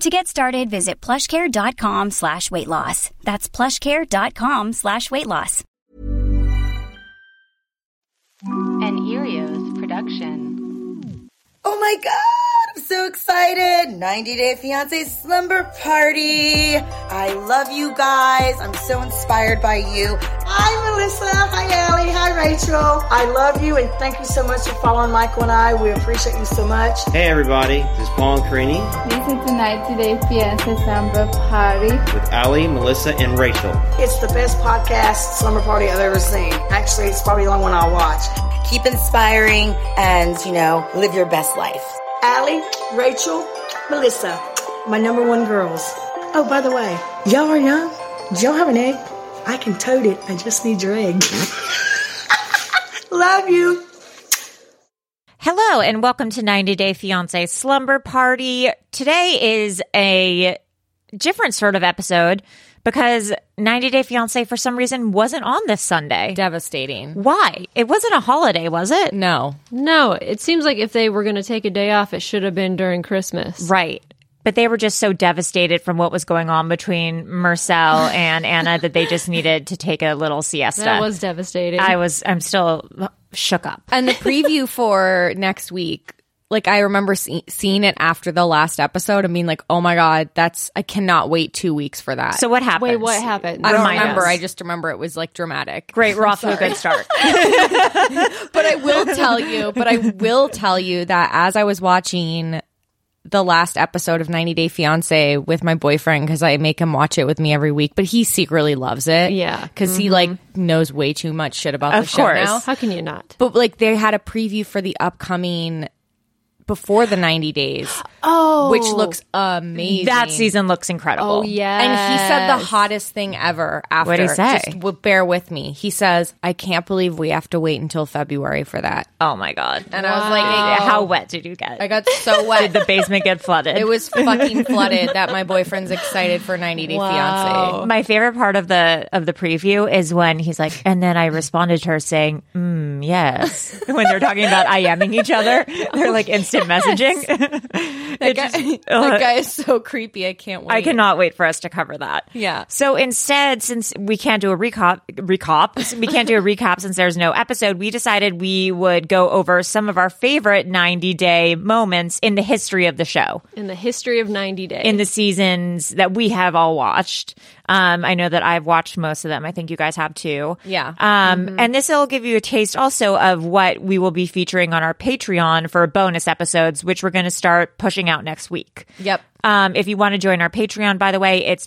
To get started, visit plushcare.com slash weight loss. That's plushcare.com slash weight loss. An Erios production. Oh my god, I'm so excited! 90 Day Fiance Slumber Party! I love you guys. I'm so inspired by you. Hi Melissa, hi Allie, hi Rachel. I love you and thank you so much for following Michael and I. We appreciate you so much. Hey everybody, this is Paul and Carini This is the night today fiesta samba party. with Ali, Melissa, and Rachel. It's the best podcast slumber party I've ever seen. Actually, it's probably the only one I'll watch. Keep inspiring and, you know, live your best life. Allie, Rachel, Melissa, my number one girls. Oh, by the way, y'all are young. Do y'all have an egg? I can tote it. I just need your egg. Love you. Hello and welcome to 90 Day Fiance Slumber Party. Today is a different sort of episode because 90 Day Fiance for some reason wasn't on this Sunday. Devastating. Why? It wasn't a holiday, was it? No. No, it seems like if they were going to take a day off, it should have been during Christmas. Right. But they were just so devastated from what was going on between Marcel and Anna that they just needed to take a little siesta. That was devastating. I was I'm still shook up. and the preview for next week like i remember see- seeing it after the last episode and being like oh my god that's i cannot wait two weeks for that So what happened? Wait, what happened? i don't Remind remember us. i just remember it was like dramatic Great, we're off to a good start. but i will tell you but i will tell you that as i was watching the last episode of 90 day fiance with my boyfriend because i make him watch it with me every week but he secretly loves it Yeah. because he like Mm-hmm. knows way too much shit about Of the show course. now. How can you not? But like they had a preview for the upcoming before the 90 days. Oh. Which looks amazing. that season looks incredible. Oh, yeah. And he said the hottest thing ever after. What'd he say? Just w- bear with me. He says, I can't believe we have to wait until February for that. Oh my god. And I was like, How wet did you get? I got so wet. Did the basement get flooded? it was fucking flooded that my boyfriend's excited for 90 Day Fiance. my favorite part of the of the preview is when he's like, and then I responded to her saying, mm, "Yes." when they're talking about I aming each other, they're like instant messaging. That guy, that guy is so creepy. I can't wait. uh, I cannot wait for us to cover that. Yeah. So instead, since we can't do a recap, recap, we can't do a recap since there's no episode, we decided we would go over some of our favorite 90 day moments in the history of the show, In the history of 90 days. in the seasons that we have all watched. Um, I know that I've watched most of them. I think you guys have too. Yeah. Mm-hmm. Um, And this will give you a taste also of what we will be featuring on our Patreon for bonus episodes, which we're going to start pushing out next week. Yep. Um, if you want to join our Patreon, by the way, it's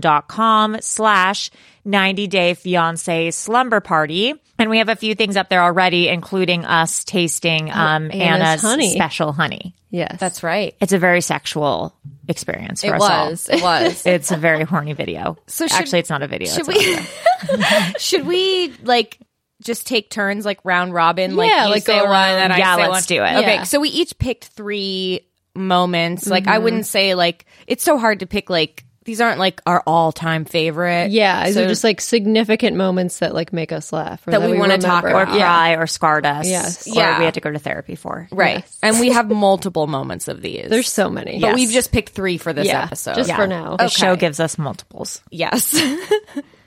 patreon.com slash 90 day fiance slumber party. And we have a few things up there already, including us tasting Oh. um, Anna's, Anna's honey. special honey. yes. That's right. It's a very sexual experience for It us was. all. It was. It's a very horny video. So should- Actually, it's not a video. should it's a we should we like just take turns like round robin like Yeah, you like, say go one around. and I Yeah, say let's one. do it. okay Yeah. Mm-hmm. so we each picked three moments like I wouldn't say like it's so hard to pick like these aren't like our all time favorite yeah. These so are just like significant moments that like make us laugh. Or That we wanna talk remember. about. or cry or scarred us. Yes. Or Yeah. we had to go to therapy for. right and we have multiple moments of these There's so many. but we've just picked three for this yeah. episode Just Yeah. Oh, for now. The show gives us multiples. yes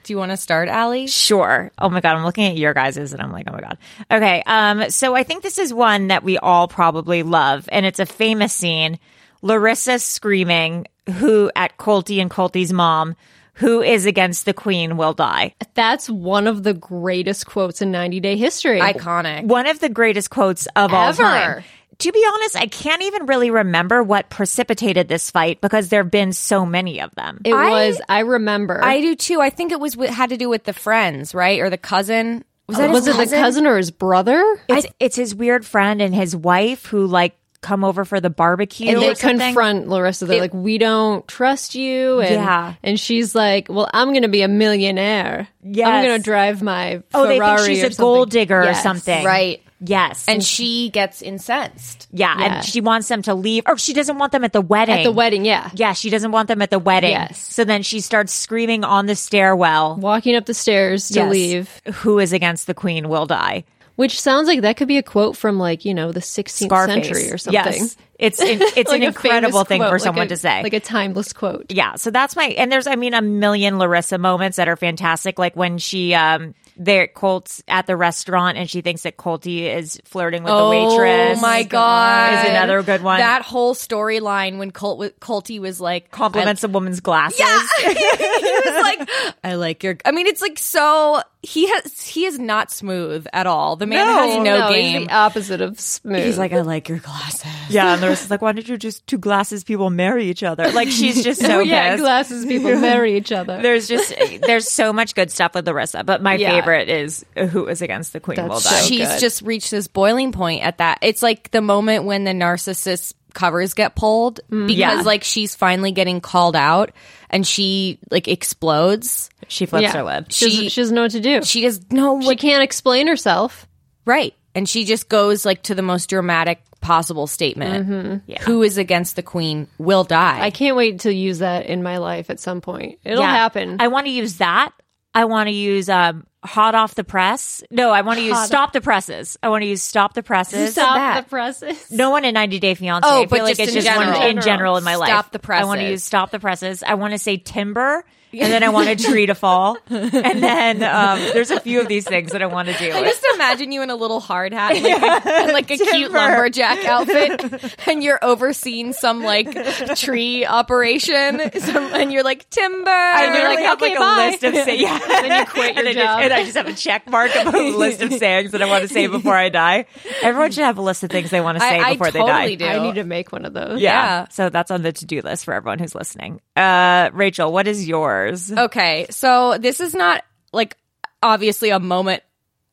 do you want to start Allie Sure. Oh my God. I'm looking at your guys's and I'm like, oh my God. Okay. Um, so I think this is one that we all probably love and it's a famous scene. Larissa screaming who at Colty and Colty's mom, who is against the queen will die. That's one of the greatest quotes in 90 Day History. Iconic. One of the greatest quotes of all Ever. time. To be honest, I can't even really remember what precipitated this fight because there have been so many of them. It I- was. I remember. I do too. I think it was with, had to do with the friends, right? Or the cousin. Was that Uh, was his it the cousin or his brother? It's, it's his weird friend and his wife who like come over for the barbecue. and or they something. confront Larissa. They're like, "We don't trust you." And, Yeah. and she's like, "Well, I'm going to be a millionaire. I'm Yes. going to drive my Oh, they think Ferrari she's or a gold something." digger Yes. or something. Right. Yes. And she gets incensed. yeah, Yeah. and she wants them to leave. Or she doesn't want them at the wedding. At the wedding, yeah. Yeah, she doesn't want them at the wedding. Yes. So then she starts screaming on the stairwell Walking up the stairs to Yes. leave, Who is against the queen will die. which sounds like that could be a quote from like you know the 16th Scarface. century or something. Yes. It's an, it's Like an a famous incredible thing quote, for like someone a- to say. like a timeless quote. yeah so that's my and there's i mean a million larissa moments that are fantastic like when she um they're at colt's at the restaurant and she thinks that colty is flirting with the waitress Oh my god! is another good one That whole storyline when Colt w- Colty was like compliments a woman's glasses Yeah, he was like, I like your. I mean, it's like so. He has. He is not smooth at all. The man has no, He's game. the opposite of smooth. He's like, I like your glasses. yeah and larissa's like why don't you just two glasses people marry each other like she's just so yeah, pissed. glasses people marry each other. there's just there's so much good stuff with larissa but my Yeah. favorite is who is against the queen will die so She's good. just reached this boiling point at that. It's like the moment when the narcissist covers get pulled because Mm-hmm. Yeah. like she's finally getting called out and she like explodes. she flips Yeah. her lid She, doesn't, she doesn't know what to do. She does no she can't explain herself. Right. And she just goes like to the most dramatic possible statement. Who is against the queen will die. I can't wait to use that in my life at some point. It'll Yeah. happen. I want to use that. I want to use um, hot off the press. No, I want to use stop the presses. I want to use stop the presses. Stop that. the presses. No one in 90 Day Fiance. Oh, I feel but like just it's in just one general. in general in my life. Stop the I want to presses. use stop the presses. I want to say timber, and then I want a tree to fall, and then um, there's a few of these things that I want to do. I just imagine you in a little hard hat and like, a, and, like, a cute Timber. lumberjack outfit, and you're overseeing some like tree operation, some, and you're like timber. I and literally you're like, have okay, like a bye. list of say yeah. Then you quit your and, I job. Just, and I just have a check mark of a list of sayings that I want to say before I die. Everyone should have a list of things they want to I- say I before they die. totally do. I need to make one of those. Yeah. Yeah. So that's on the to do list for everyone who's listening. Uh, Rachel, what is yours? Okay, so this is not like obviously a moment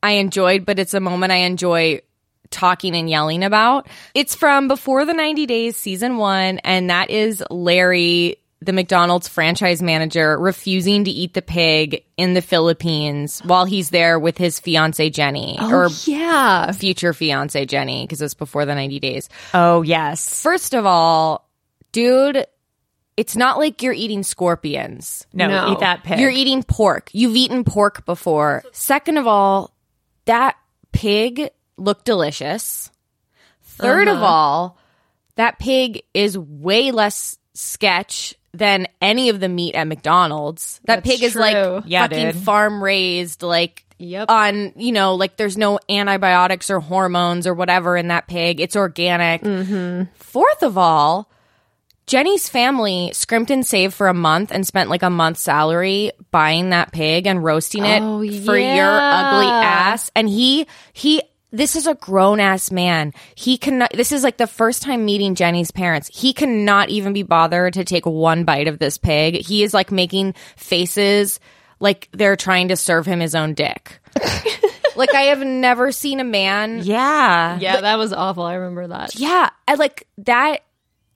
I enjoyed, but it's a moment I enjoy talking and yelling about. It's from Before the 90 Days, season one, and that is Larry, the McDonald's franchise manager, refusing to eat the pig in the Philippines while he's there with his fiance Jenny Oh. or Oh, Yeah. future fiance Jenny, because it's before the 90 days. Oh, yes. First of all, dude, it's not like you're eating scorpions. No, No. eat that pig. You're eating pork. You've eaten pork before. Second of all, that pig looked delicious. 3rd Uh-huh. of all, that pig is way less sketch than any of the meat at McDonald's. That That's pig is like true. Yeah, fucking dude. farm raised, like Yep. on, you know, like there's no antibiotics or hormones or whatever in that pig. It's organic. Mm-hmm. Fourth of all, Jenny's family scrimped and saved for a month and spent like a month's salary buying that pig and roasting it Oh, for your yeah. ugly ass. And he he this is a grown ass man. He cannot this is like the first time meeting Jenny's parents. He cannot even be bothered to take one bite of this pig. He is like making faces like they're trying to serve him his own dick. like I have never seen a man yeah. Yeah, that was awful. I remember that. yeah, I like that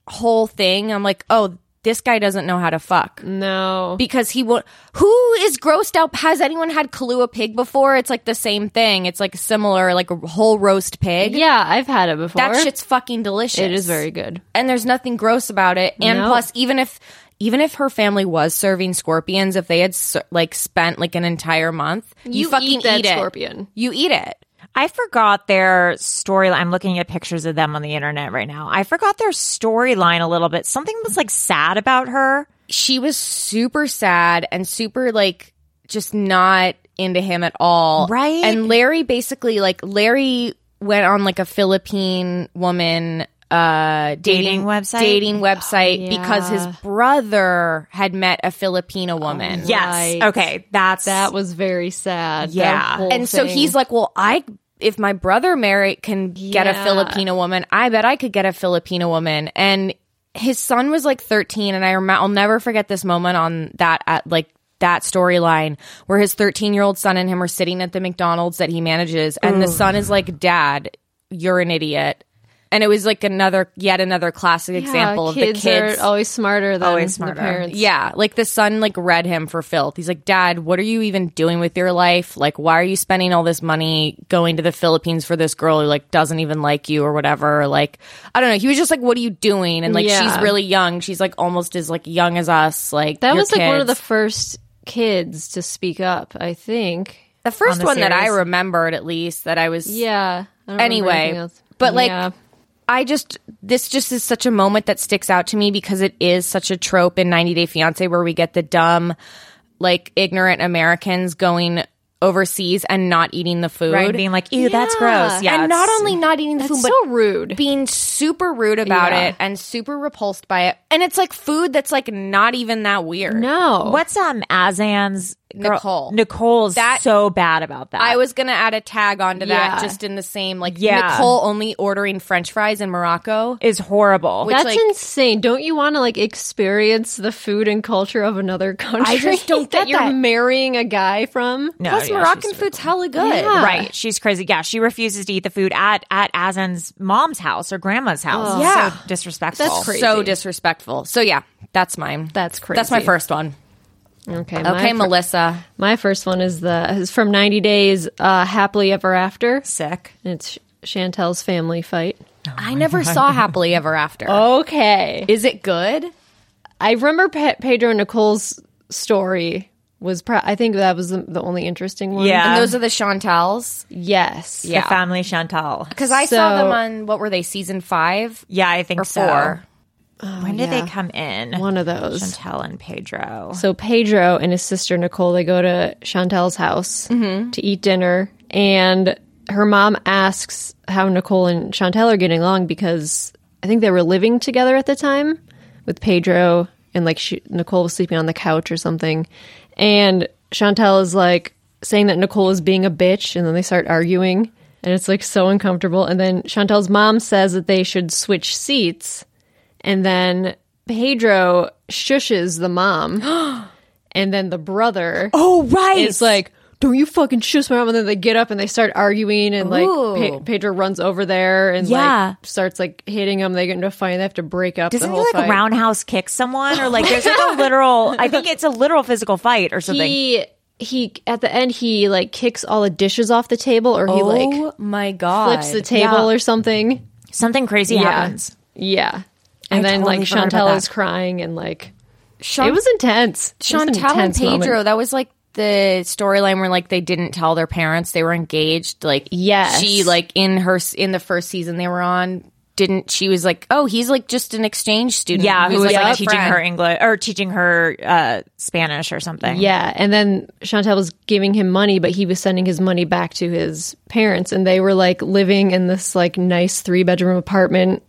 whole thing. I'm like, oh, this guy doesn't know how to fuck No. because he won't. Who is grossed out? Has anyone had Kahlua pig before? It's like the same thing. It's like similar, like a whole roast pig. yeah, I've had it before. that shit's fucking delicious. it is very good. and there's nothing gross about it. And No. plus, even if even if her family was serving scorpions, if they had ser- like spent like an entire month, you, fucking eat that it. scorpion. You eat it. I forgot their storyline. I'm looking at pictures of them on the internet right now. I forgot their storyline a little bit. Something was like sad about her. she was super sad and super like just not into him at all. Right. And Larry basically like Larry went on like a Philippine woman uh, dating, Dating website? dating website Oh, because his yeah. brother had met a Oh, Filipina woman. Yes. Right. Okay. That's That was very sad. Yeah. and so he's like, well, I if my brother Mary can get a Yeah. Filipino woman, I bet I could get a Filipino woman. And his son was like 13, and I rem- I'll never forget this moment on that at like that storyline where his 13 year old son and him are sitting at the McDonald's that he manages, and the son is like, "Dad, you're an idiot." And it was like another, yet another classic example of the kids kids. are always smarter than Always the smarter. parents. Yeah, like the son like read him for filth. He's like, "Dad, what are you even doing with your life? Like, why are you spending all this money going to the Philippines for this girl who like doesn't even like you or whatever?" Or, like, I don't know. He was just like, "What are you doing?" And like, she's Yeah. really young. She's like almost as like young as us. Like That your was like one of the kids. first kids to speak up, I think. the first the one that I series. remembered at least that I was Yeah. I don't remember Anyway, anything else. but, like, Yeah. I just this just is such a moment that sticks out to me because it is such a trope in 90 Day Fiancé where we get the dumb like ignorant Americans going overseas and not eating the food. right. Being like, ew, that's Yeah. gross. Yeah. and it's- not only not eating the food, it's but so rude. being super rude about Yeah. it and super repulsed by it. And it's like food that's like not even that weird. no. What's um Azan's girl- Nicole. Nicole's That- so bad about that. I was gonna add a tag onto that Yeah. just in the same like Yeah. Nicole only ordering French fries in Morocco. is horrible. Which, That's like- insane. Don't you want to like experience the food and culture of another country? just don't that get you're that. marrying a guy from. No, Plus yeah, Moroccan she's- food's hella good. Yeah. Right, she's crazy. Yeah, she refuses to eat the food at at Azan's mom's house or grandma's house. Ugh. Oh. Yeah. so disrespectful. That's crazy. So disrespectful. So yeah, that's mine. That's crazy. That's my first one. Okay. Okay, my, fir- Melissa. my first one is the is from 90 Days uh, Happily Ever After. sick. It's Chantel's family fight. I never saw Happily Ever After. Oh, Okay. Is it good? I remember Pe- Pedro and Nicole's story was pro- I think that was the, the only interesting one. Yeah. And those are the Chantels. Yes. The family Chantal. Because I saw So- them on what were they, season five? Yeah, I think Or so. four. when did Oh, yeah. they come in? One of those. Chantal and Pedro. So Pedro and his sister Nicole, they go to Chantel's house Mm-hmm. to eat dinner, and her mom asks how Nicole and Chantel are getting along because I think they were living together at the time with Pedro, and like she, Nicole was sleeping on the couch or something, and Chantel is like saying that Nicole is being a bitch, and then they start arguing, and it's like so uncomfortable, and then Chantel's mom says that they should switch seats. And then Pedro shushes the mom. and then the brother oh right, is like, don't you fucking shush my mom. And then they get up and they start arguing. And like Pe- Pedro runs over there and Yeah. like starts like hitting him. They get into a fight and they have to break up. doesn't the he whole like fight. roundhouse kick someone or like there's like a literal? I think it's a literal physical fight or something. He, he, at the end, he like kicks all the dishes off the table or he Oh like my god. flips the table or something. something crazy happens. Yeah. And I then totally like forgot about Chantel that. is crying and like, Chan- it was intense. It was Chantel an and intense Pedro, moment. that was like the storyline where like they didn't tell their parents they were engaged. Like Yes. she like in her in the first season they were on didn't she was like oh he's like just an exchange student Yeah, who who's, was a like teaching friend." her English or teaching her uh, Spanish or something? Yeah, and then Chantel was giving him money, but he was sending his money back to his parents, and they were like living in this like nice three bedroom apartment,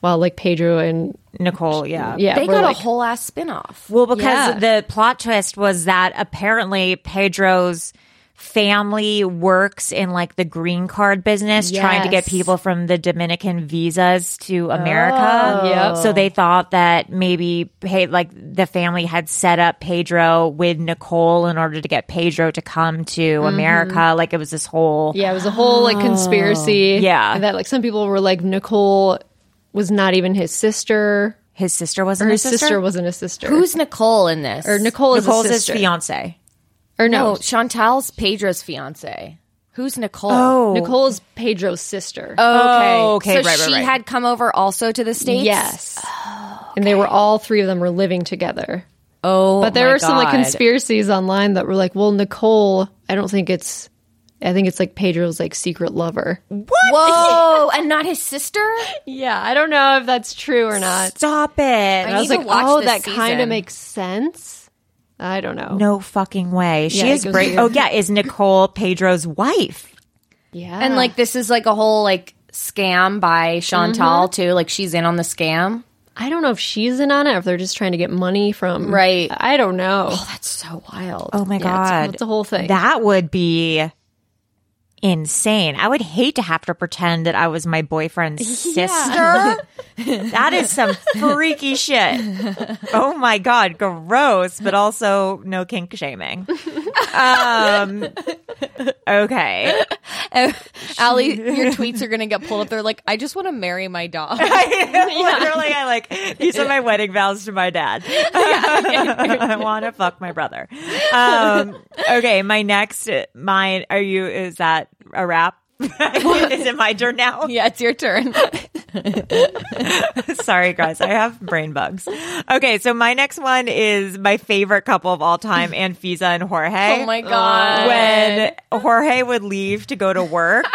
while like Pedro and Nicole. Yeah, yeah, They were, got like- a whole ass spin off. Well, because the plot twist was that apparently Pedro's family works in like the green card business, trying to get Yes. Oh. people from the Dominican visas to America. Yep. Oh, So they thought that maybe hey, like the family had set up Pedro with Nicole in order to get Pedro to come to Mm-hmm. America. Like it was this whole yeah, it was a whole like conspiracy. Oh, Yeah. and that like some people were like Nicole was not even his sister, his sister or wasn't his his sister, wasn't his sister. Who's Nicole in this? or Nicole is Nicole's his his sister, fiance. or No, no, Chantal's Pedro's fiance. Who's Nicole? Oh, Nicole is Pedro's sister. Oh, okay, So right, right, she right. had come over also to the states. yes, and they were all three of them were living together. Oh, But there my were some like God. conspiracies online that were like, well, Nicole, I don't think it's, I think it's like Pedro's like secret lover. Whoa, Oh, and not his sister. Yeah, I don't know if that's true or not. Stop it. I was need to like, watch oh, this that kind season. of makes sense. I don't know. No fucking way. She Yeah, it is goes great. weird. Oh yeah, is Nicole Pedro's wife? Yeah, And like this is like a whole like scam by Mm-hmm. Chantal too. Like she's in on the scam. I don't know if she's in on it or if they're just trying to get money from. Right. I don't know. That's so wild. Oh my it's- god, it's a whole thing. That would be insane. I would hate to have to pretend that I was my boyfriend's sister. that is some freaky shit. Oh my god, gross, but also no kink shaming. Um, okay, Allie, your tweets are gonna get pulled up. They're like, I just want to marry my dog. literally, I like these are my wedding vows to my dad. I want to fuck my brother. Um, okay, my next mine. Are you? Is that a wrap? is it my turn now? yeah, it's your turn. Sorry, guys. I have brain bugs. Okay, so my next one is my favorite couple of all time, Anfisa and Jorge. Oh my God. When Jorge would leave to go to work,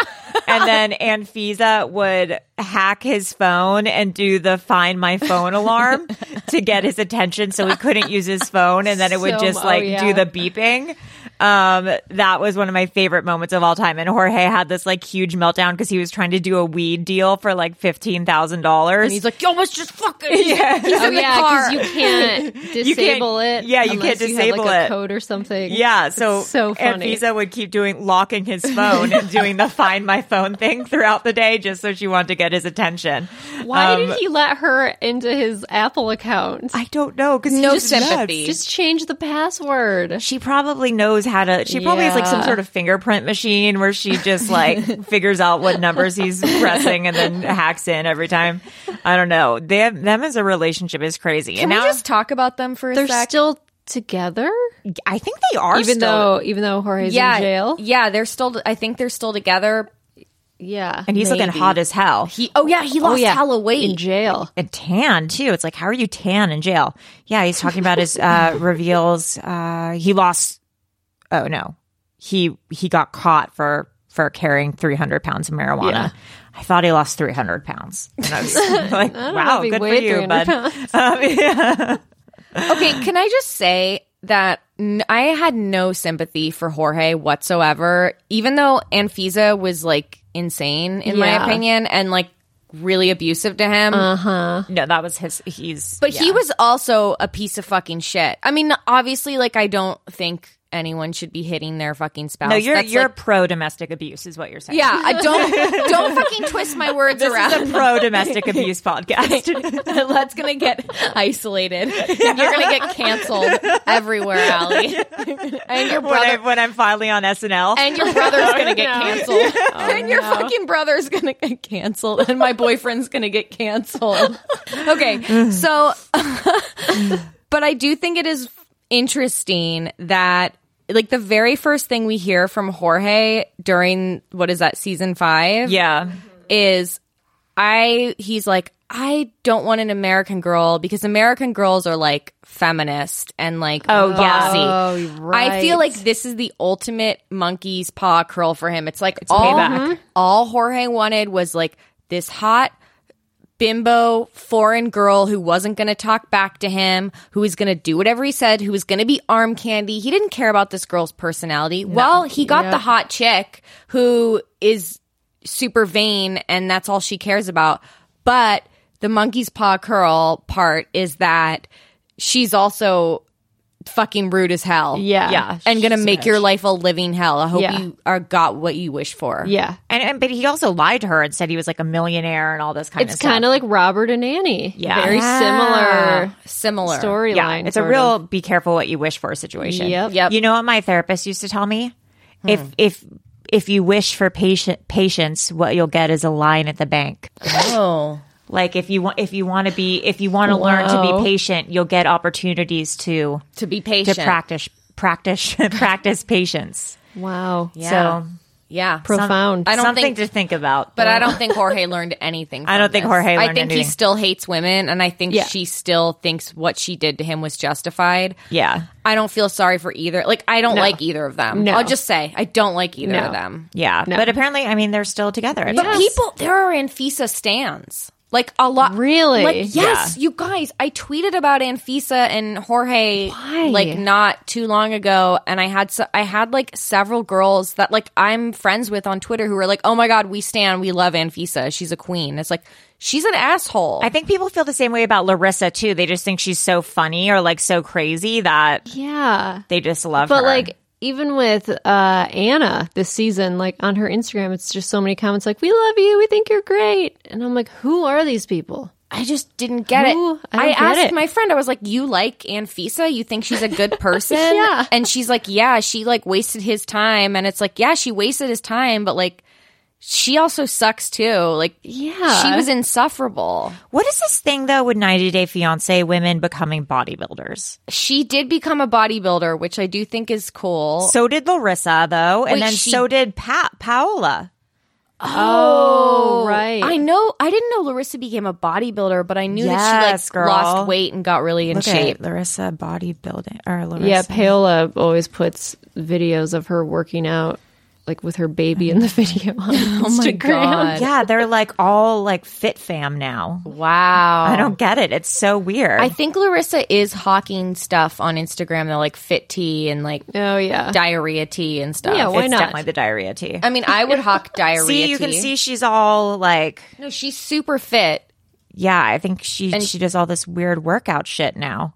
and then Anfisa would hack his phone and do the find my phone alarm to get his attention so he couldn't use his phone, and then it would So- just oh, like do yeah. the beeping. Um, that was one of my favorite moments of all time. And Jorge had this like huge meltdown because he was trying to do a weed deal for like fifteen thousand dollars. He's like, yo, let's just fucking. oh yeah, because you can't disable it. yeah, you unless can't you have, disable like, it. A code or something. Yeah, so It's so funny. And Visa would keep doing locking his phone and doing the find my phone thing throughout the day just so she wanted to get his attention. Why Um, did he let her into his Apple account? I don't know because No just nuts. sympathy. Just change the password. She probably knows how to. She probably has like some Yeah. sort of fingerprint machine where she just like figures out what numbers he's pressing and then hacks in every time. I don't know. They have, them as a relationship is crazy. Can and we now just talk about them for a They're sec? still together, I think they are even still- though even though Jorge's yeah, in jail. yeah, they're still. I think they're still together. Yeah, and he's looking hot as hell. He Oh yeah, he lost yeah. hella in weight. jail. and uh, tan too. It's like, how are you tan in jail? Yeah, he's talking about his uh, reveals. Uh, he lost. Oh no, he he got caught for for carrying three hundred pounds of marijuana. I thought he lost three hundred pounds. And I was like, wow, if he good for weighed you, 300 bud. Um, yeah. okay, can I just say that n- I had no sympathy for Jorge whatsoever, even though Anfisa was like insane in my Yeah. opinion and like really abusive to him. No, that was his. He's But he was also a piece of fucking shit. I mean, obviously, like I don't think anyone should be hitting their fucking spouse. no. You're That's, you're like- pro domestic abuse, is what you're saying. yeah. I don't don't fucking twist my words This around. is a pro domestic abuse podcast. That's gonna get isolated. And you're gonna get canceled everywhere, Allie. and your when, I, brother when I'm finally on SNL, and your brother's gonna get canceled. and your fucking brother's gonna get canceled. And my boyfriend's gonna get canceled. Okay, so, but I do think it is interesting that. Like the very first thing we hear from Jorge during what is that season five? yeah, is I he's like I don't want an American girl because American girls are like feminist and like oh bossy. I feel like this is the ultimate monkey's paw curl for him. It's like all payback. all Jorge wanted was like this hot bimbo foreign girl who wasn't going to talk back to him, who was going to do whatever he said, who was going to be arm candy. He didn't care about this girl's personality. Well, he got the hot chick who is super vain and that's all she cares about. But the monkey's paw curl part is that she's also fucking rude as hell. Yeah. Yeah. And going to make your life a living hell. I hope Yeah. you are got what you wish for. Yeah, and, and but he also lied to her and said he was like a millionaire and all this kind it's of stuff. kind of like Robert and Annie. Yeah. very similar Similar. storyline. Yeah, it's a sort real of. be careful what you wish for situation. Yep. Yep. You know what my therapist used to tell me? If if if you wish for patient patience, what you'll get is a line at the bank. Oh. Like if you want if you want to be if you want to learn to be patient, you'll get opportunities to To be to patient. practice practice practice patience. wow. So Yeah. Profound. I don't something think- to think about. but I don't think Jorge learned anything. I don't from think this. Jorge I learned think he anything. still hates women, and I think Yeah. she still thinks what she did to him was justified. yeah. I don't feel sorry for either. Like I don't like either of them. No. I'll just say I don't like e-, either No. of them. Yeah. But apparently, I mean, they're still together. It's- But people, there are Anfisa stands. Like a lot. Really? Like, yes, you guys. I tweeted about Anfisa and Jorge like not too long ago, and I had so, I had like several girls that like I'm friends with on Twitter who were like, "Oh my god, we stand, we love Anfisa. She's a queen." It's like she's an asshole. I think people feel the same way about Larissa too. They just think she's so funny or like so crazy that Yeah. they just love her. But like even with uh, Anna this season, like on her Instagram, it's just so many comments like, "We love you, we think you're great," and I'm like, "Who are these people?" I just didn't get Who? it. I don't I, get asked it. my friend, I was like, You like Anfisa? You think she's a good person? Yeah. And she's like, Yeah, she like wasted his time. And it's like, Yeah, she wasted his time, but like she also sucks too. Like Yeah. she was insufferable. what is this thing though with 90 Day Fiance women becoming bodybuilders? She did become a bodybuilder, which I do think is cool. So did Larissa though, and Wait, then she- so did pa- Paola. Oh, right. I know I didn't know Larissa became a bodybuilder, but I knew that she Yes, like girl. lost weight and got really in Look at shape. Larissa bodybuilding or Larissa. yeah, Paola always puts videos of her working out, like with her baby in the video on Oh Instagram. Yeah, they're like all like fit fam now. Wow. I don't get it. It's so weird. I think Larissa is hawking stuff on Instagram that like fit tea and like Oh yeah. diarrhea tea and stuff. Yeah, why it's not? definitely the diarrhea tea. I mean, I would hawk diarrhea see, tea. you can see she's all like, No, she's super fit. yeah. I think she she does all this weird workout shit now.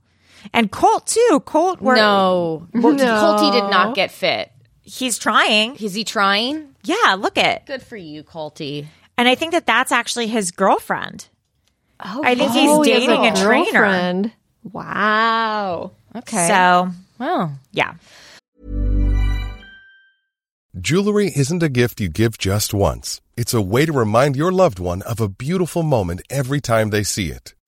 And Colt too. Colt, were, no. Colty did not get fit. he's trying. Is he trying? Yeah, look at. Good for you, Colty. And I think that that's actually his girlfriend. Oh, I think he's Oh, he has dating a, trainer. girlfriend. Wow. Okay. So wow. yeah, Jewelry isn't a gift you give just once. It's a way to remind your loved one of a beautiful moment every time they see it.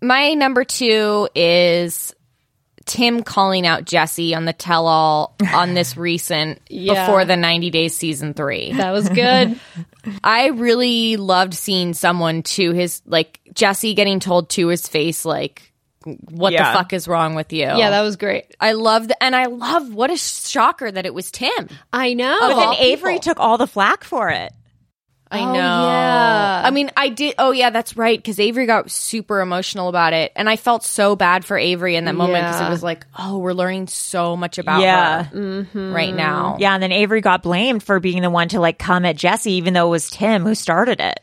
My number two is Tim calling out Jesse on the tell all on this recent Yeah. before the 90 days season three. That was good. I really loved seeing someone to his like Jesse getting told to his face like what Yeah. the fuck is wrong with you? yeah, that was great. I love and I love what a shocker that it was Tim. I know. Of but then all Avery people. took all the flack for it. I Oh, know. yeah. I mean, I did. Oh, yeah, that's right. Because Avery got super emotional about it, and I felt so bad for Avery in that moment because Yeah. it was like, oh, we're learning so much about Yeah. her right now. Yeah, and then Avery got blamed for being the one to like come at Jesse, even though it was Tim who started it.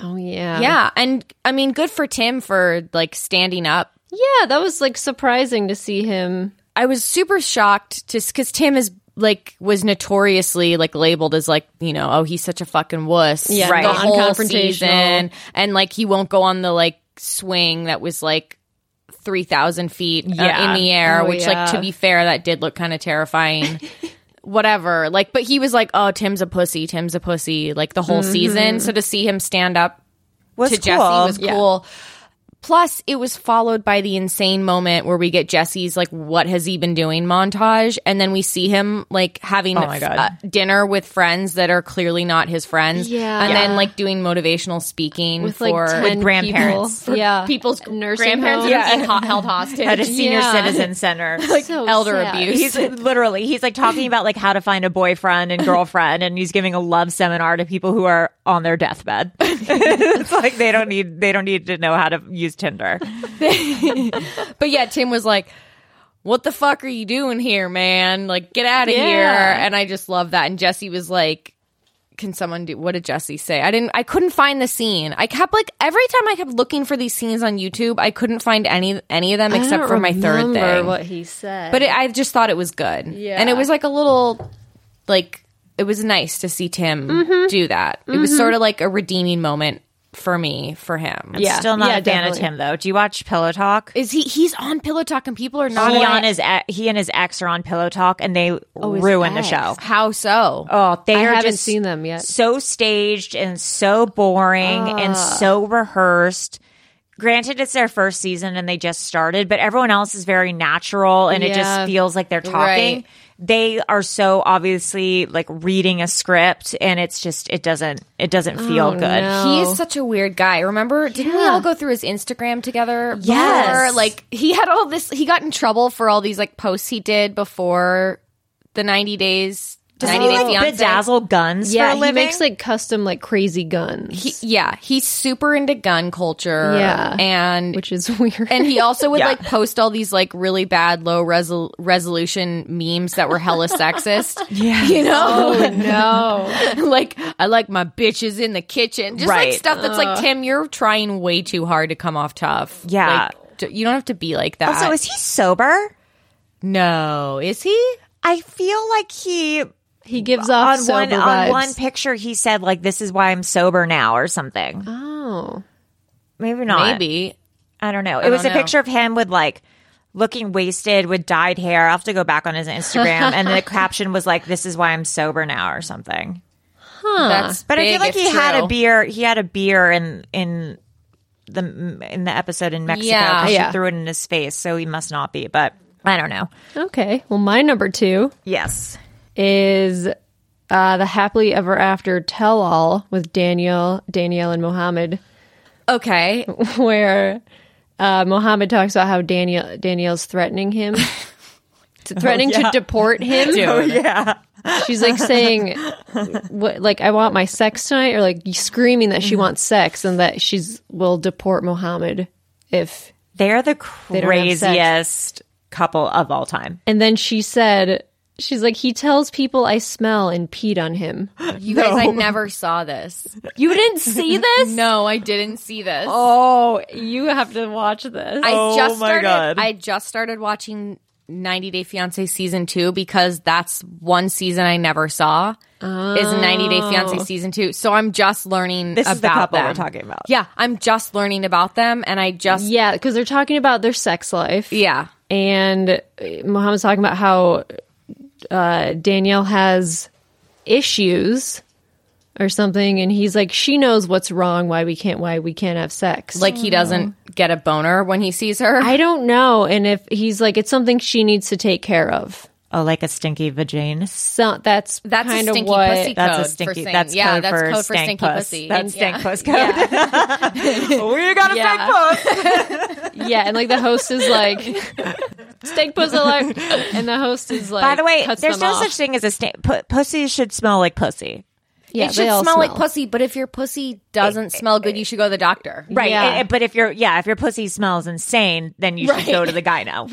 oh yeah. yeah, and I mean, good for Tim for like standing up Yeah, that was like surprising to see him. I was super shocked to because Tim is like was notoriously like labeled as like you know oh he's such a fucking wuss Yeah, the Right. whole non-confrontational. season and like he won't go on the like swing that was like three thousand feet uh, Yeah. in the air Oh, which like yeah. to be fair that did look kind of terrifying whatever like but he was like oh Tim's a pussy Tim's a pussy like the whole season so to see him stand up Mm-hmm. Was to cool. Jesse was cool. Plus, it was followed by the insane moment where we get Jesse's like, "What has he been doing?" montage, and then we see him like having Oh my God. uh, dinner with friends that are clearly not his friends, Yeah. and Yeah. then like doing motivational speaking with like for 10 With grandparents. people. yeah people's nursing grandparents homes. that are being ho- held hostage. at a senior Yeah. citizen center. So elder sad. abuse. he's literally he's like talking about like how to find a boyfriend and girlfriend, and he's giving a love seminar to people who are on their deathbed. it's like they don't need they don't need to know how to use Tinder. But yeah, Tim was like, "What the fuck are you doing here, man? Like, get out of Yeah. here!" And I just love that. And Jesse was like, can someone do what did jesse say i didn't i couldn't find the scene i kept like every time i kept looking for these scenes on youtube i couldn't find any any of them I except don't for my third remember thing what he said. but it, i just thought it was good Yeah. and it was like a little like it was nice to see tim Mhm. do that it was Mhm. sort of like a redeeming moment for me for him I'm still not a fan of him though. Do you watch Pillow Talk? Is he? He's on Pillow Talk, and people are not He on on it. his e- he and his ex are on Pillow Talk, and they his ruin the ex. show. How so? Oh, they Oh, I are haven't just seen them yet. So staged and so boring and Ugh. so rehearsed. Granted, it's their first season and they just started, but everyone else is very natural and it Yeah. just feels like they're talking. Right. They are so obviously like reading a script, and it's just it doesn't it doesn't Oh, feel good. He's such a weird guy. Remember, didn't we all go through his Instagram together? Yes. before? Like he had all this he got in trouble for all these like posts he did before the 90 days Does 90 he, Day like, Fiancé. bedazzle guns yeah, he makes like custom like crazy guns. He- yeah, he's super into gun culture. Yeah. and which is weird. and he also would Yeah. like post all these like really bad low resol- resolution memes that were hella sexist. yeah, you know, Oh, no, like I like my bitches in the kitchen, just Right. like stuff that's Ugh. like Tim, you're trying way too hard to come off tough. Yeah. Like, d- you don't have to be like that. Also, is he sober? No, is he? I feel like he he gives off sober one vibes. on one picture he said like this is why I'm sober now or something. oh, Maybe not. Maybe. I don't know. It I was don't a know. picture of him with like looking wasted with dyed hair. I'll have to go back on his Instagram and the caption was like this is why I'm sober now or something. huh? That's But I feel big like if he had a true. beer he had a beer in in the in the episode in Mexico Yeah. 'cause she Yeah. threw it in his face, so he must not be, but I don't know. okay. Well, my number two Yes. is uh, the happily ever after tell all with Daniel, Danielle, and Mohammed. Okay. where uh, Mohammed talks about how Daniel Danielle's threatening him, to, threatening yeah. to deport him. Oh, yeah. She's like saying, "What? Like I want my sex tonight," or like screaming that she wants sex and that she's will deport Mohammed if. They're the don't have sex. craziest couple of all time. And then she said. She's like, he tells people I smell and peed on him. You guys, I never saw this. You didn't see this? No, I didn't see this. Oh, you have to watch this. I Oh just my started. God. I just started watching 90 Day Fiance season two because that's one season I never saw. Is 90 Day Fiance season two? So I'm just learning Oh. This about is the couple them. we're talking about. Mm. Yeah, I'm just learning about them, and I just Yeah, because they're talking about their sex life. yeah. and uh, Mohammed's talking about how uh, Danielle has issues or something, and he's like, she knows what's wrong, why we can't, why we can't have sex. Like he doesn't get a boner when he sees her. I don't know, and if he's like, it's something she needs to take care of. Oh, like a stinky vagina. So that's That's a kind of stinky what. pussy. That's code a for stinky. saying- That's yeah, code that's for code for stank stinky puss. pussy. That's Yeah. stank puss code. we got a Yeah. stank puss. Yeah, and like the host is like, steak pussy alert, and the host is like, By the way, cuts there's them no off. such thing as a stank. P- pussy should smell like pussy. Yeah, it should they all smell, like pussy, but if your pussy doesn't smell good, you should go to the doctor. Right. Yeah. and- and- but if your yeah, if your pussy smells insane, then you should Right. go to the gyno.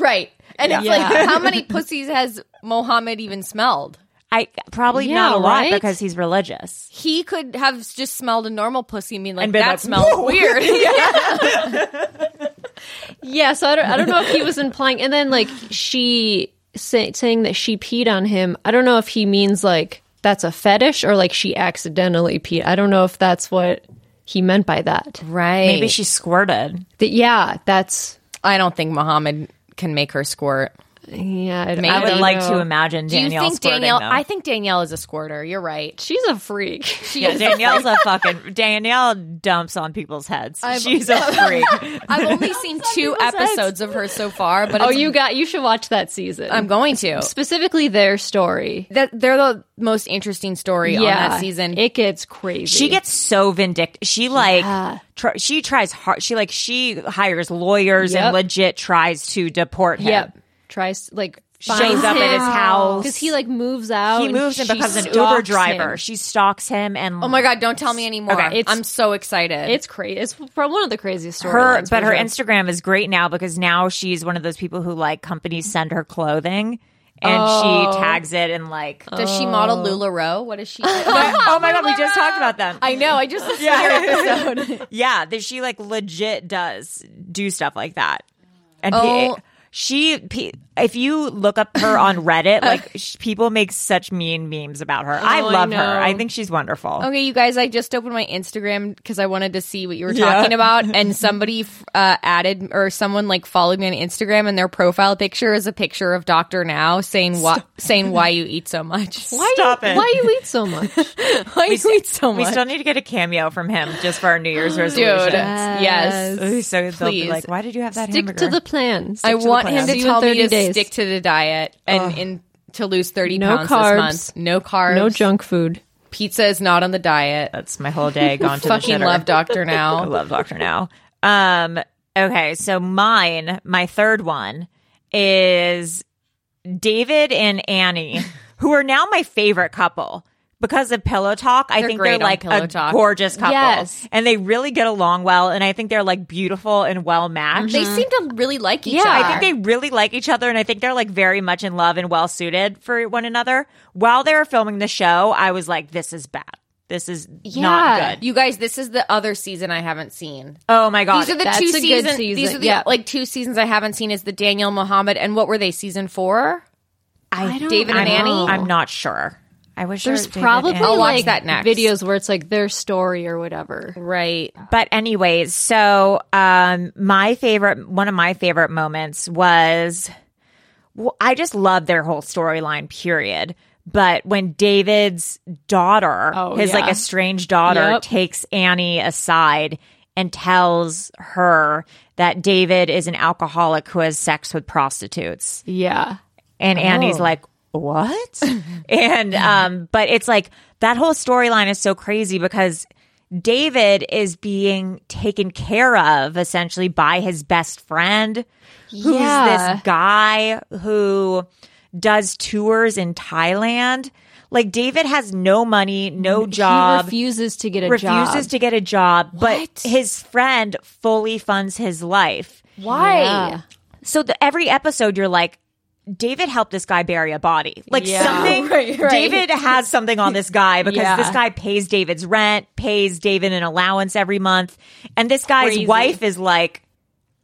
Right. And it's Yeah. like, how many pussies has Mohammed even smelled? I probably Yeah, not a lot right? because he's religious. He could have just smelled a normal pussy and been like, And been that like, smells "Whoa." weird. Yeah, so I don't, I don't know if he was implying, and then like she say, saying that she peed on him. I don't know if he means like that's a fetish or like she accidentally peed. I don't know if that's what he meant by that. Right. Maybe she squirted. That yeah, that's I don't think Mohammed can make her squirt. yeah. I, Maybe. I I would don't like know. to imagine Do you Danielle think squirting. Danielle? though. I think Danielle is a squirter. You're right. She's a freak. She Yeah, Danielle's a fucking Danielle dumps on people's heads. She's a freak. I've only seen two episodes of her so far, but oh, it's- you got you should watch that season. Oh. I'm going to. specifically their story. That they're the most interesting story on that season. it gets crazy. She gets so vindictive. She like Yeah. tr- she tries hard. She like she hires lawyers Yep. and legit tries to deport him. yep. Tries like Shows up at his house because he like moves Oh, out. He moves and she becomes an stalks Uber him. driver. She stalks him and oh my god! Don't tell me anymore. Okay. It's- I'm so excited. It's crazy. It's probably one of the craziest stories. her. But her Instagram is great now because now she's one of those people who like companies send her clothing. and Oh. she tags it and like. Does she model LuLaRoe? What is she? oh my god, we just talked about them. uh, I know. I just listened to your episode. yeah, that she like legit does do stuff like that. And Oh. pe- she, pe- if you look up her on Reddit, like sh- people make such mean memes about her. I Oh, I love her. know. I think she's wonderful. Okay, you guys, I just opened my Instagram because I wanted to see what you were Yeah. talking about, and somebody f- uh, added or someone like followed me on Instagram, and their profile picture is a picture of Doctor Now saying why saying why you eat so much. Why you- Stop it. why you eat so much? why you eat so much? We still need to get a cameo from him just for our New Year's resolution. yes. Ooh, so they'll be Please. like, why did you have that Stick hamburger? to the plan. I want him to tell me to days. stick to the diet and in to lose thirty No pounds carbs. this month. No carbs. No junk food. Pizza is not on the diet. That's my whole day gone to the Fucking shitter. love Doctor Now. I love Doctor Now. Um, okay, so mine, my third one is David and Annie, who are now my favorite couple. Because of Pillow Talk, I They're think great they're on like Pillow a Talk. gorgeous couple. Yes. And they really get along well. And I think they're like beautiful and well matched. They seem to really like each yeah, other. I think they really like each other, and I think they're like very much in love and well suited for one another. While they were filming the show, I was like, "This is bad. This is not good." You guys, this is the other season I haven't seen. Oh my god, These are the That's two a good seasons. season. These are the Yeah. like two seasons I haven't seen. Is the Danielle Muhammad and what were they? Season four. I, don't David and know. Annie. I'm not sure. I wish There's it was David probably and- I'll watch like that next. videos where it's like their story or whatever. Right. But anyways, so um my favorite one of my favorite moments was well, I just love their whole storyline period. But when David's daughter, Oh, his like yeah. estranged daughter Yep. takes Annie aside and tells her that David is an alcoholic who has sex with prostitutes. Yeah. And Annie's Oh. like, what? and, um, but it's like that whole storyline is so crazy because David is being taken care of essentially by his best friend, who's Yeah. this guy who does tours in Thailand. Like David has no money, no job. refuses to get a job. refuses to get a job, but his friend fully funds his life. Why? Yeah. So the, every episode, you're like, David helped this guy bury a body. Like Yeah. something, Right, right. David has something on this guy because Yeah. this guy pays David's rent, pays David an allowance every month. And this guy's Crazy. wife is like,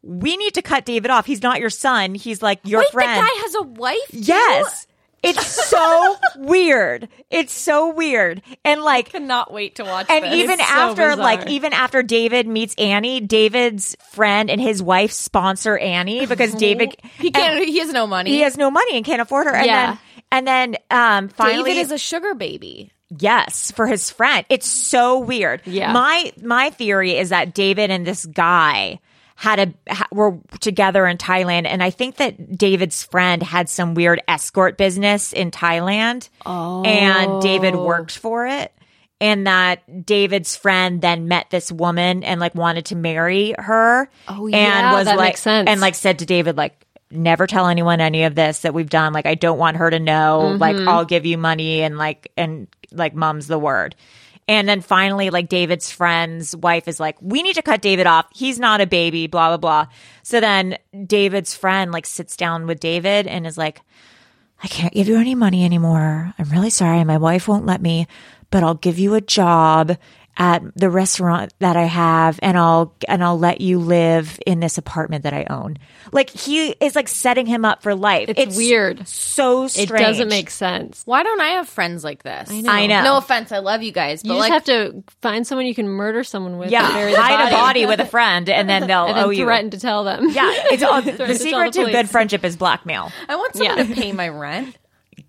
we need to cut David off. He's not your son. He's like your Wait, friend. the guy has a wife. yes. It's so weird. It's so weird. And like, Cannot wait to watch. and this. even It's so after, like, bizarre. even after David meets Annie, David's friend and his wife sponsor Annie because David he can't. he has no money. he has no money and can't afford her. And Yeah. then, and then, um, finally, David is a sugar baby. yes for his friend. It's so weird. Yeah. My my theory is that David and this guy had a ha- were together in Thailand, and I think that David's friend had some weird escort business in Thailand, and David Oh. worked for it. And that David's friend then met this woman and like wanted to marry her. Oh, and yeah, was that like, makes sense. And like said to David, like, never tell anyone any of this that we've done. Like, I don't want her to know. Like, Mhm. I'll give you money and like, and like, mom's the word. And then finally, like, David's friend's wife is like, we need to cut David off. He's not a baby, blah, blah, blah. So then David's friend like sits down with David and is like, I can't give you any money anymore. I'm really sorry. My wife won't let me, but I'll give you a job at the restaurant that I have and I'll and I'll let you live in this apartment that I own. Like he is like setting him up for life. It's weird. So strange. It doesn't make sense. Why don't I have friends like this? I know. I know. No offense, I love you guys, but You just like have to find someone you can murder someone with. Yeah, and bury the hide a body with a friend and then they'll and then owe you. threaten to tell them. Yeah, it's all, Threaten the tell secret to police. good friendship is blackmail, I want someone to pay my rent.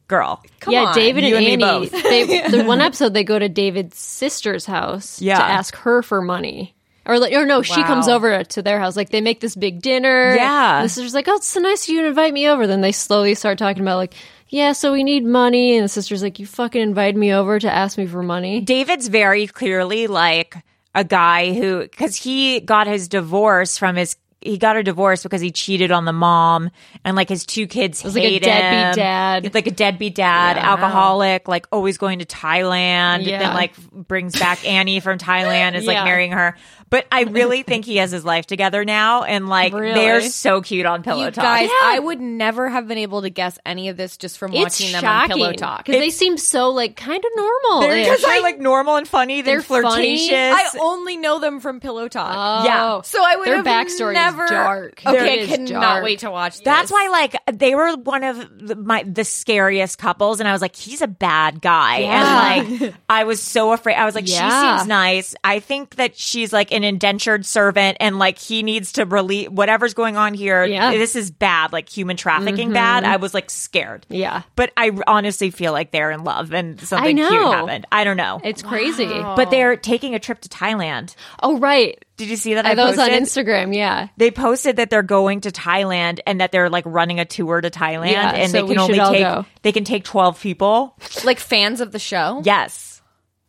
girl. yeah, David and, you and me Annie. both. They, the one episode they go to David's sister's house Yeah. to ask her for money. Or, like, or no, she Wow. comes over to their house. Like they make this big dinner. Yeah. the sister's like, "Oh, it's so nice of you to invite me over." Then they slowly start talking about like, "Yeah, so we need money." And the sister's like, "You fucking invite me over to ask me for money." David's very clearly like a guy who, because he got his divorce from his he got a divorce because he cheated on the mom and like his two kids. It was like a hate deadbeat him. dad. He's like a deadbeat dad, Yeah. alcoholic, like always going to Thailand. Yeah. Then like brings back Annie from Thailand. Is Yeah. like marrying her. But I really think he has his life together now, and like they're Really? so cute on Pillow You Talk. guys, I would never have been able to guess any of this just from It's watching them shocking on Pillow Talk. because they seem so like kind of normal. They're- 'cause they're, like normal and funny. They're, flirtatious. I only know them from Pillow Talk. Yeah. so I would Their have backstory is never, dark. Okay, It I is cannot dark. wait to watch. This. That's why, like, they were one of the, my the scariest couples, and I was like, he's a bad guy, Yeah. and like, I was so afraid. I was like, she Yeah. seems nice. I think that she's like an indentured servant, and like he needs to release whatever's going on here. Yeah. this is bad, like human trafficking Mhm. bad. I was like scared. Yeah, but I honestly feel like they're in love, and something cute know. happened. I don't know. It's crazy. Wow. but they're taking a trip to Thailand. Oh right. Did you see that? Are I those on posted? Instagram? Yeah. They posted that they're going to Thailand and that they're like running a tour to Thailand Yeah, and so they we can should only all take go. they can take 12 people. like fans of the show. Yes.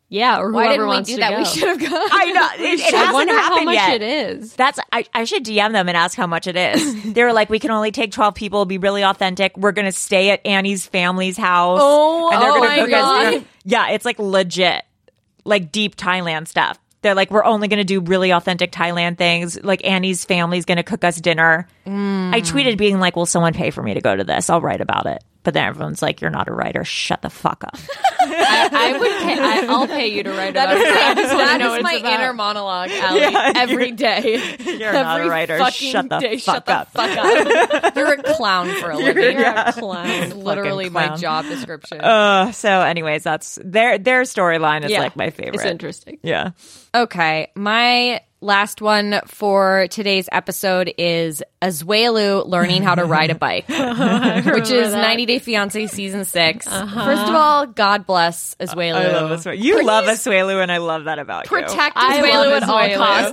Yeah, or Why whoever didn't we wants do to that? We go. should have gone. I know. It, it hasn't I wonder happened how much it yet. is. That's I, I should DM them and ask how much it is. they were like, we can only take twelve people. Be really authentic. We're gonna stay at Annie's family's house. Oh, and they're oh gonna my cook us God. dinner. Yeah, it's like legit, like deep Thailand stuff. They're like, we're only gonna do really authentic Thailand things. Like Annie's family's gonna cook us dinner. Mm. I tweeted being like, will someone pay for me to go to this? I'll write about it. But then everyone's like, you're not a writer. Shut the fuck up. I, I would. Pay, I, I'll pay you to write That about is- it. I just that wanna is know what it's my about. inner monologue, Allie, every day. You're not a writer. Shut the fuck up. You're a clown for a living. You're yeah. a clown. It's Fucking literally my clown. job description. Uh, so, anyways, that's their their storyline is Yeah. like my favorite. It's interesting. Yeah. Okay, my last one for today's episode is Azuelu learning how to ride a bike, which is that. 90 Day Fiance season 6 Uh-huh. First of all, God bless Azuelu. I love Asuelu. You Please love Asuelu, and I love that about you. protect I Azuelu love at all Azuelu. costs.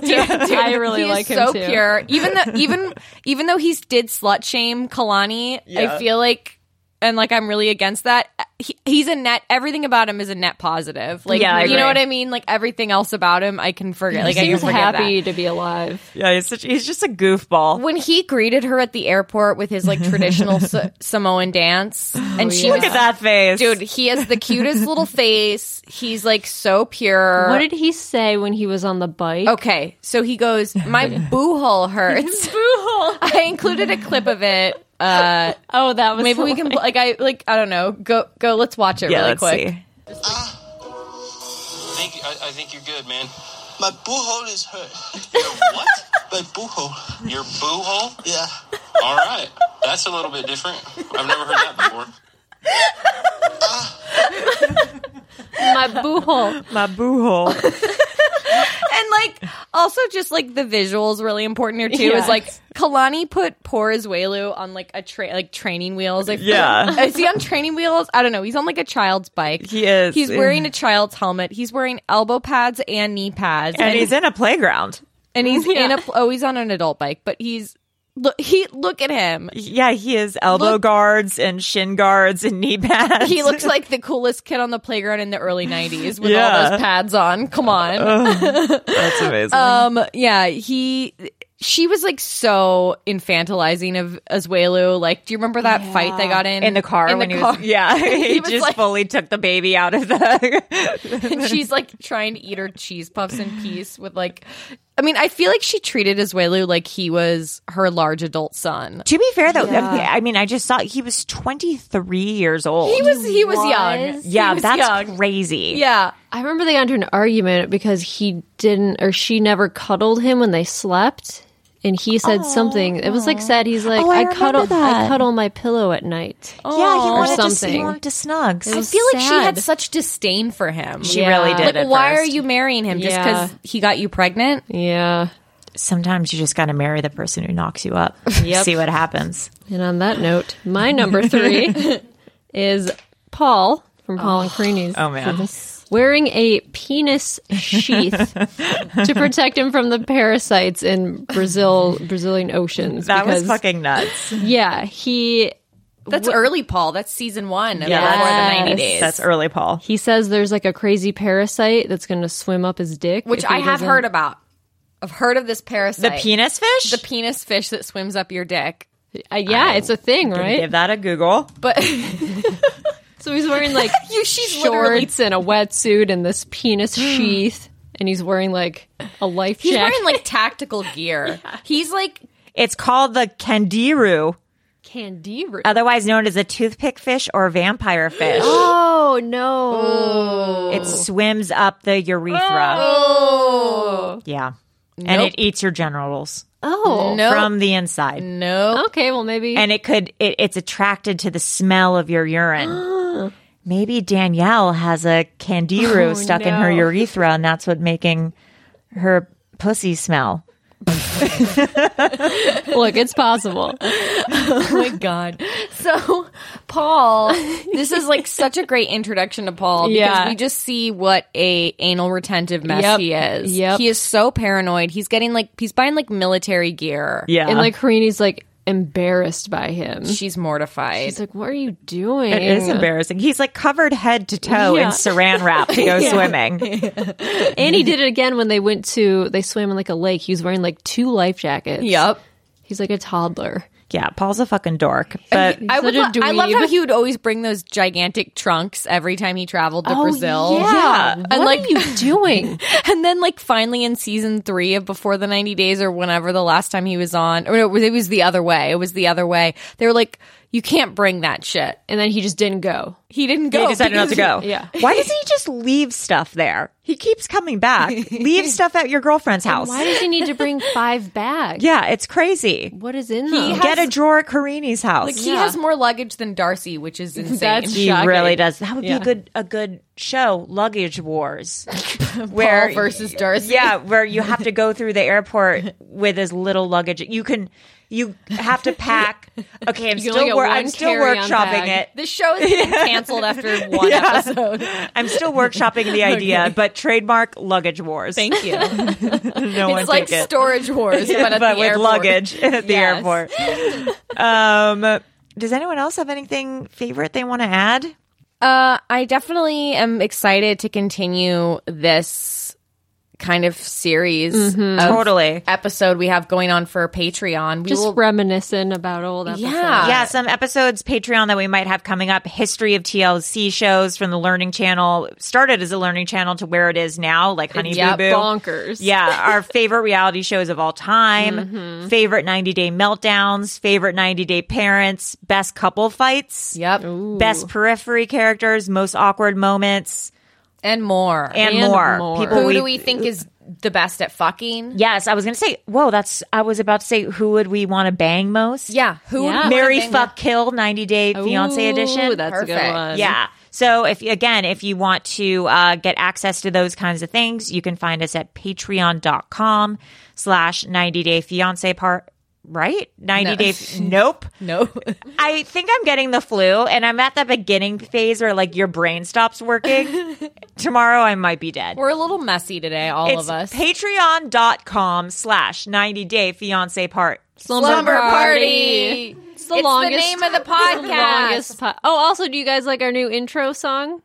Dude, I really he is like him so too. pure. Even though even even though he's did slut shame Kalani, Yeah. I feel like and like I'm really against that. He, he's a net. Everything about him is a net positive. Like Yeah, I you agree. know what I mean. Like everything else about him, I can forget. Like he seems I can forget happy that. to be alive. Yeah, he's such he's just a goofball. When he greeted her at the airport with his like traditional Sa- Samoan dance, and she Oh, yeah. was Look at that face, dude. He has the cutest little face. He's like so pure. What did he say when he was on the bike? Okay, so he goes, "My boo hole hurts." boo hole. I included a clip of it. Uh, oh, that was maybe we can like I like I don't know. Go go. Let's watch it Yeah, really let's quick. see. think I, I think you're good, man. My boo hole is hurt. Your what? My boo hole. Your boo hole? Yeah. All right. That's a little bit different. I've never heard that before. My boo hole. My boo hole. And like also just like the visuals really important here too. Yeah. Is like Kalani put poor Azuelu on like a train like training wheels. Like, Yeah. is he on training wheels? I don't know. He's on like a child's bike. He is. He's wearing a child's helmet. He's wearing elbow pads and knee pads. and he's in a playground. and he's in a oh he's on an adult bike, but he's look he look at him. Yeah, he has elbow Look- guards and shin guards and knee pads. He looks like the coolest kid on the playground in the early 90s with Yeah. Uh, all those pads on. Come on. Oh, that's amazing. um yeah, he she was like so infantilizing of Azuelu. Like, do you remember that fight they got in in the car when he was yeah, he, was just like- fully took the baby out of the. and she's like trying to eat her cheese puffs in peace with like I mean, I feel like she treated Azuelu like he was her large adult son. to be fair though, I mean, I just saw he was 23 years old. He was he was, young. yeah, He was that's young. crazy. Yeah. I remember they got into an argument because he didn't or she never cuddled him when they slept. And he said something. It was like said he's like Oh, I I, remember cuddle that. I cuddle my pillow at night. Yeah, he or wanted, To, he something. wanted to snug. It I was feel like she had sad. such disdain for him. She really did Like, at why first. are you marrying him just because Yeah. he got you pregnant? Yeah. Sometimes you just got to marry the person who knocks you up. Yep. See what happens. And on that note, my number three is Paul from Paul and Creaney's. Oh, man. Wearing a penis sheath to protect him from the parasites in Brazil, Brazilian oceans. That was because- fucking nuts. Yeah, he. That's early, Paul. That's season one. Yeah, Yes. before the ninety days. That's early, Paul. He says there's like a crazy parasite that's going to swim up his dick, which if he I have doesn't- heard about. I've heard of this parasite. The penis fish? The penis fish that swims up your dick. Uh, yeah, I it's a thing, right? Give that a Google. But so he's wearing like you, shorts literally- and a wetsuit and this penis sheath, and he's wearing like a life. He's jacket. wearing like tactical gear. yeah. He's like it's called the kandiru. Candiru. Otherwise known as a toothpick fish or vampire fish. oh no. Ooh. It swims up the urethra. Oh. Yeah. Nope. And it eats your genitals. Oh. Nope. From the inside. no. Okay, well maybe And it could it, it's attracted to the smell of your urine. Maybe Danielle has a candiru Oh, stuck in her no. urethra and that's what making her pussy smell. look, it's possible. Oh my god. So Paul, this is like such a great introduction to Paul because Yeah. we just see what a anal retentive mess Yep. he is. Yep. He is so paranoid. He's getting like he's buying like military gear. Yeah. And like Karini's like embarrassed by him. She's mortified. She's like, "What are you doing?" It is embarrassing. He's like covered head to toe Yeah. in saran wrap to go swimming. and he did it again when they went to they swam in like a lake. He was wearing like two life jackets. Yep. He's like a toddler. Yeah, Paul's a fucking dork. But I Such would. a lo- I love dweeb. how he would always bring those gigantic trunks every time he traveled to Oh, Brazil. yeah. and What are like you doing? and then like finally in season three of Before the Ninety Days or whenever the last time he was on, or no, it was, it was the other way. It was the other way. They were like, you can't bring that shit. And then he just didn't go. He didn't go. they decided not to go. because- yeah. Why doesn't he just leave stuff there? He keeps coming back. leave stuff at your girlfriend's house. Why does he need to bring five bags? yeah, it's crazy. What is in them? Get a drawer at Karini's house. Like he has more luggage than Darcy, which is insane. That's he shocking. really does. That would Yeah. be a good a good show, Luggage Wars. Paul versus Darcy. Yeah, where you have to go through the airport with as little luggage. You can you have to pack. Okay, I'm You can only still get wor- one I'm still carry-on workshopping bag. it. This show is canceled after one episode. I'm still workshopping the idea, but trademark luggage wars. Thank you. no one it's like took it. storage wars, but, at but the with airport. luggage at the Yes. airport. Um, does anyone else have anything favorite they want to add? Uh, I definitely am excited to continue this kind of series Mm-hmm. Mm. of Totally. episode we have going on for Patreon. We just will reminiscing about old episodes. Yeah. Yeah, some episodes Patreon that we might have coming up. History of TLC shows from the Learning Channel started as a Learning Channel to where it is now, like Honey Yeah, Boo Boo. bonkers. Yeah, our favorite reality shows of all time, favorite 90 day meltdowns, favorite 90 day parents, best couple fights, Yep. best periphery characters, most awkward moments, and more. and, And more. more. People who we, do we think is the best at fucking? Yes, I was going to say, whoa, that's, I was about to say, who would we want to bang most? Yeah. Who would Yeah. we Marry, wanna bang fuck, kill, 90 day fiance Ooh, edition. That's a Perfect. good one. Yeah. So if again, if you want to uh, get access to those kinds of things, you can find us at patreon.com slash 90 day fiance part. Right? 90 day. nope. with? No. I think I'm getting the flu and I'm at the beginning phase where like your brain stops working. Tomorrow I might be dead. We're a little messy today, all it's of us. patreon.com slash 90 day fiance part. Slumber Party. It's the It's the longest. name of the it's the podcast. longest po- oh, also, do you guys like our new intro song?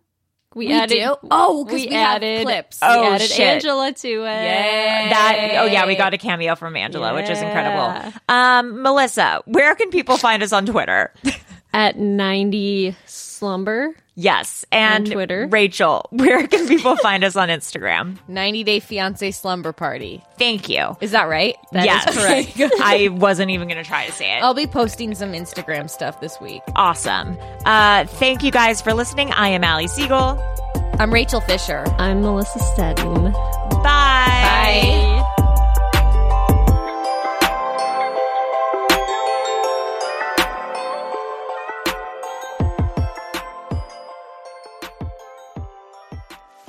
We, We added. do? Oh, 'cause we, we have added clips. We Oh, added shit. Angela to it. Yay. That oh yeah, we got a cameo from Angela, which is Yeah. incredible. Um, Melissa, where can people find us on Twitter? At ninety slumber. Yes, and Twitter. Rachel, where can people find us on Instagram? 90 Day Fiance Slumber Party. Thank you. Is that right? That is yes, correct. I wasn't even going to try to say it. I'll be posting some Instagram stuff this week. Awesome. Uh, thank you guys for listening. I am Allie Siegel. I'm Rachel Fisher. I'm Melissa Stedden. Bye. Bye.